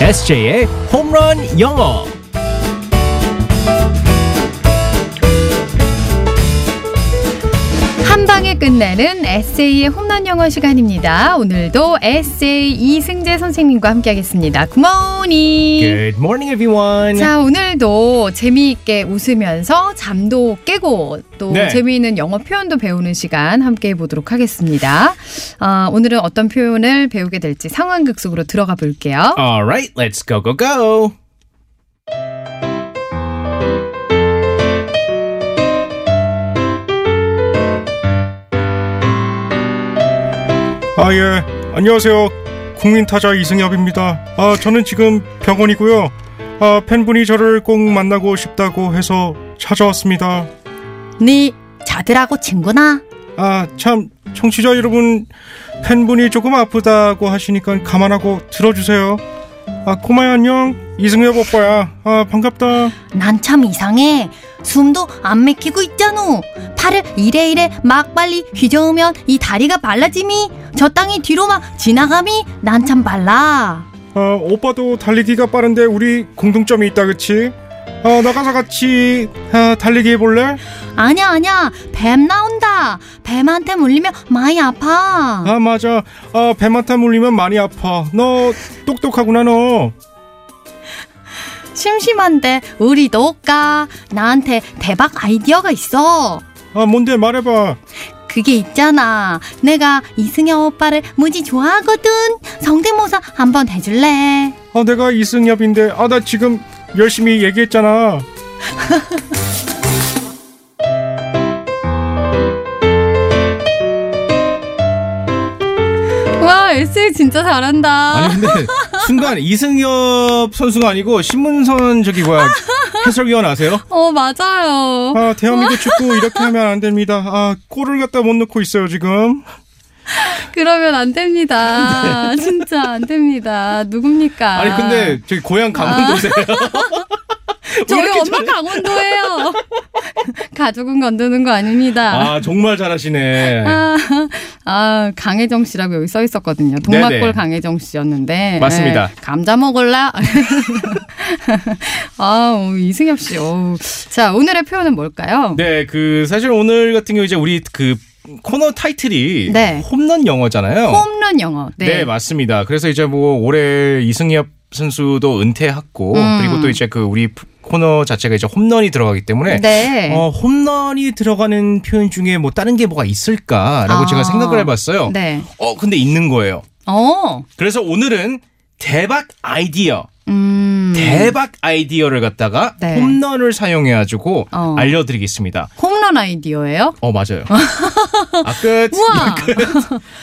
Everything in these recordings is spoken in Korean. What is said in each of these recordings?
SJ의 홈런 영어. 한 방에 끝내는 에세이의 홈런 영어 시간입니다. 오늘도 에세이 이승재 선생님과 함께하겠습니다. 굿모닝. Good morning, everyone. 자, 오늘도 재미있게 웃으면서 잠도 깨고 또 네. 재미있는 영어 표현도 배우는 시간 함께 해보도록 하겠습니다. 아, 오늘은 어떤 표현을 배우게 될지 상황극 속으로 들어가 볼게요. All right, let's go, go, go. 아, 예. 안녕하세요. 국민타자 이승엽입니다. 아, 저는 지금 병원이고요. 아, 팬분이 저를 꼭 만나고 싶다고 해서 찾아왔습니다. 네 자들하고 친구나? 아, 참, 청취자 여러분, 팬분이 조금 아프다고 하시니까 감안하고 들어주세요. 아, 꼬마야, 안녕. 이승엽 오빠야. 아, 반갑다. 난 참 이상해. 숨도 안 막히고 있잖아. 팔을 이래 이래 막 빨리 휘저으면 이 다리가 발라짐이. 저 땅이 뒤로 막 지나감이. 난 참 발라. 아, 오빠도 달리기가 빠른데 우리 공통점이 있다, 그치? 아, 나가서 같이 아, 달리기 해볼래? 아냐 아냐. 뱀 나온다. 뱀한테 물리면 많이 아파. 아 맞아 아 배마타 물리면 많이 아파 너 똑똑하구나 너 심심한데 우리도 올까. 나한테 대박 아이디어가 있어. 아 뭔데 말해봐 그게 있잖아. 내가 이승엽 오빠를 무지 좋아하거든. 성대모사 한번 해줄래? 아 내가 이승엽인데 아 나 지금 열심히 얘기했잖아 와, 에세이 진짜 잘한다. 아니 근데 순간 이승엽 선수가 아니고 신문선 저기 뭐야 해설위원 아세요? 어, 맞아요. 어? 아 대한민국 축구 이렇게 하면 안 됩니다 아 골을 갖다 못 넣고 있어요 지금 그러면 안 됩니다. 진짜 안 됩니다. 누굽니까? 아니 근데 저기 고향 강원도세요? 저희 엄마 강원도예요. 가족은 건드는 거 아닙니다. 아 정말 잘하시네. 아, 아, 강혜정 씨라고 여기 써 있었거든요. 동막골 네네. 강혜정 씨였는데 맞습니다. 예, 감자 먹을라. 아, 우 이승엽 씨. 어우. 자, 오늘의 표현은 뭘까요? 네, 그 사실 오늘 같은 경우 이제 우리 그 코너 타이틀이 네. 홈런 영어잖아요. 홈런 영어. 네. 맞습니다. 그래서 이제 뭐 올해 이승엽 선수도 은퇴했고 음. 그리고 또 이제 그 우리 코너 자체가 이제 홈런이 들어가기 때문에 네. 어, 홈런이 들어가는 표현 중에 뭐 다른 게 뭐가 있을까라고 아. 제가 생각을 해봤어요. 네. 어, 근데 있는 거예요. 어. 그래서 오늘은 대박 아이디어, 음. 대박 아이디어를 갖다가 네. 홈런을 사용해가지고 어. 알려드리겠습니다. 홈런 아이디어예요? 어, 맞아요. 아, 끝. 우와.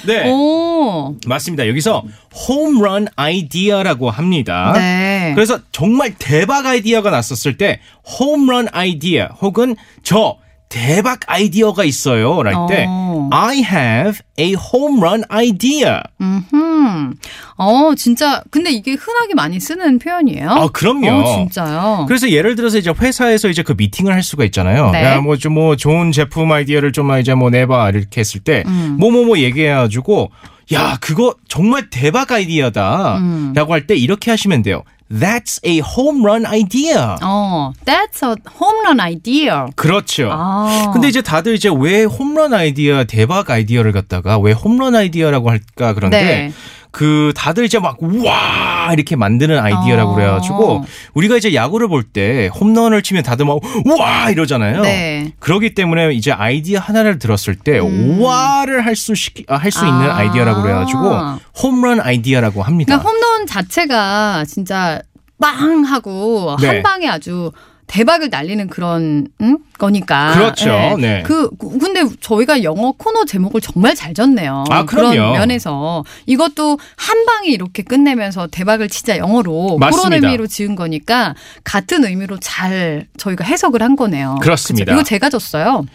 네. 오. 맞습니다. 여기서 홈런 아이디어라고 합니다. 네. 그래서 정말 대박 아이디어가 났었을 때 홈런 아이디어 혹은 저 대박 아이디어가 있어요. 할때 어. I have a home run idea. 음. 어, 진짜. 근데 이게 흔하게 많이 쓰는 표현이에요? 아, 그럼요. 어, 진짜요? 그래서 예를 들어서 이제 회사에서 이제 그 미팅을 할 수가 있잖아요. 네. 야, 뭐 좀 뭐 좋은 제품 아이디어를 좀 이제 뭐 내봐 이렇게 했을 때 음. 뭐 뭐 뭐 얘기해가지고 야 그거 정말 대박 아이디어다라고 음. 할 때 이렇게 하시면 돼요. That's a home run idea. 어, that's a home run idea. 그렇죠. 아. 근데 이제 다들 이제 왜 홈런 아이디어 대박 아이디어를 갖다가 왜 홈런 아이디어라고 할까 그런데 네. 그 다들 이제 막 와 이렇게 만드는 아이디어라고 어. 그래가지고 우리가 이제 야구를 볼 때 홈런을 치면 다들 막와 이러잖아요. 네. 그러기 때문에 이제 아이디어 하나를 들었을 때 음. 와를 할 수 할 수 있는 아. 아이디어라고 그래가지고 홈런 아이디어라고 합니다. 그러니까 홈런 자체가 진짜 빵 하고 네. 한 방에 아주 대박을 날리는 그런 음? 거니까. 그렇죠. 예. 네. 그 근데 저희가 영어 코너 제목을 정말 잘 졌네요. 아, 그럼요. 런 면에서 이것도 한 방에 이렇게 끝내면서 대박을 치자 영어로 맞습니다. 그런 의미로 지은 거니까 같은 의미로 잘 저희가 해석을 한 거네요. 그렇습니다. 그쵸? 이거 제가 졌어요.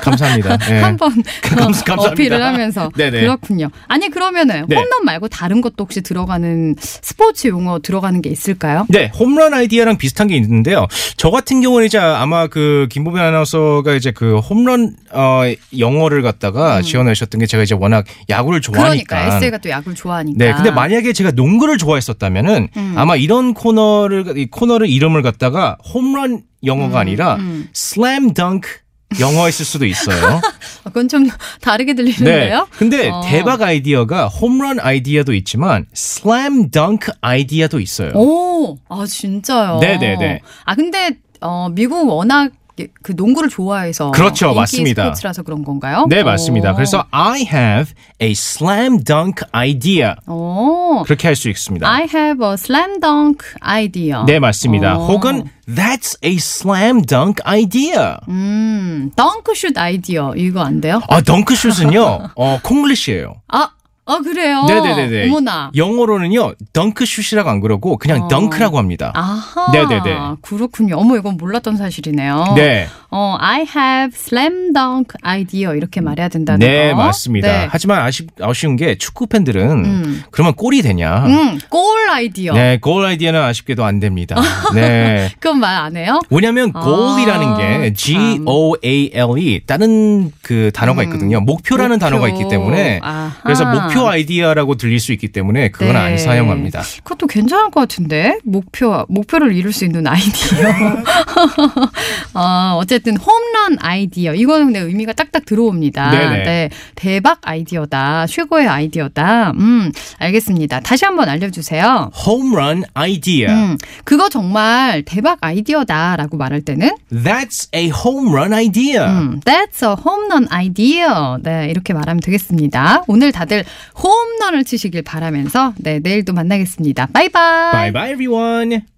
감사합니다. 예. 한번 감사- 감사합니다. 어필을 하면서 네네. 그렇군요. 아니 그러면은 네. 홈런 말고 다른 것도 혹시 들어가는 스포츠 용어 들어가는 게 있을까요? 네, 홈런 아이디어랑 비슷한 게 있는데요. 저 같은 경우는 이제 아마 그 김보민 아나운서가 이제 그 홈런 어 영어를 갖다가 지원하셨던 게 제가 이제 워낙 야구를 좋아하니까. 음. 그러니까 에세이가 또 야구를 좋아하니까. 음. 네, 근데 만약에 제가 농구를 좋아했었다면은 아마 이런 코너를 이 코너를 이름을 갖다가 홈런 영어가 아니라 음. 슬램 덩크 영어였을 수도 있어요. 네. 아, 그건 좀 다르게 들리는데요. 근데 어. 대박 아이디어가 홈런 아이디어도 있지만 슬램 덩크 아이디어도 있어요. 오, 아 진짜요. 네. 네네네. 아 근데 어, 미국 워낙 그 농구를 좋아해서 그렇죠, 인기 맞습니다. 스포츠라서 그런 건가요? 네, 맞습니다. 오. 그래서 I have a slam dunk idea. 오, 그렇게 할 수 있습니다. I have a slam dunk idea. 네, 맞습니다. 오. 혹은 that's a slam dunk idea. 음, 덩크슛 아이디어 이거 안 돼요? 아, 덩크슛은요. 어, 콩글리시예요. 아, 아 그래요. 네네네네. 어머나. 영어로는요. 덩크슛이라고 안 그러고 그냥 어. 덩크라고 합니다. 아하. 네네네. 그렇군요. 어머 이건 몰랐던 사실이네요. 네. 어, I have slam dunk idea 이렇게 말해야 된다는 네, 거. 맞습니다. 네. 하지만 아쉽, 아쉬운 게 축구 팬들은 음. 그러면 골이 되냐? 음, 골 아이디어. 네, 골 아이디어는 아쉽게도 안 됩니다. 네. 그건 말 안 해요? 왜냐면 아, goal이라는 게 G O A L E 다른 그 단어가 있거든요. 목표라는 음. 목표. 단어가 있기 때문에 아하. 그래서 목표 아이디어라고 들릴 수 있기 때문에 그건 네. 안 사용합니다. 그것도 괜찮을 것 같은데 목표 목표를 이룰 수 있는 아이디어. 어, 어쨌든 홈런 아이디어 이거는 근데 의미가 딱딱 들어옵니다. 네네. 네, 대박 아이디어다, 최고의 아이디어다. 음, 알겠습니다. 다시 한번 알려주세요. 홈런 아이디어. 음, 그거 정말 대박 아이디어다라고 말할 때는 That's a home run idea. 음, That's a 홈런 아이디어. 네, 이렇게 말하면 되겠습니다. 오늘 다들 홈런을 치시길 바라면서 네, 내일 또 만나겠습니다. 바이바이. Bye bye everyone.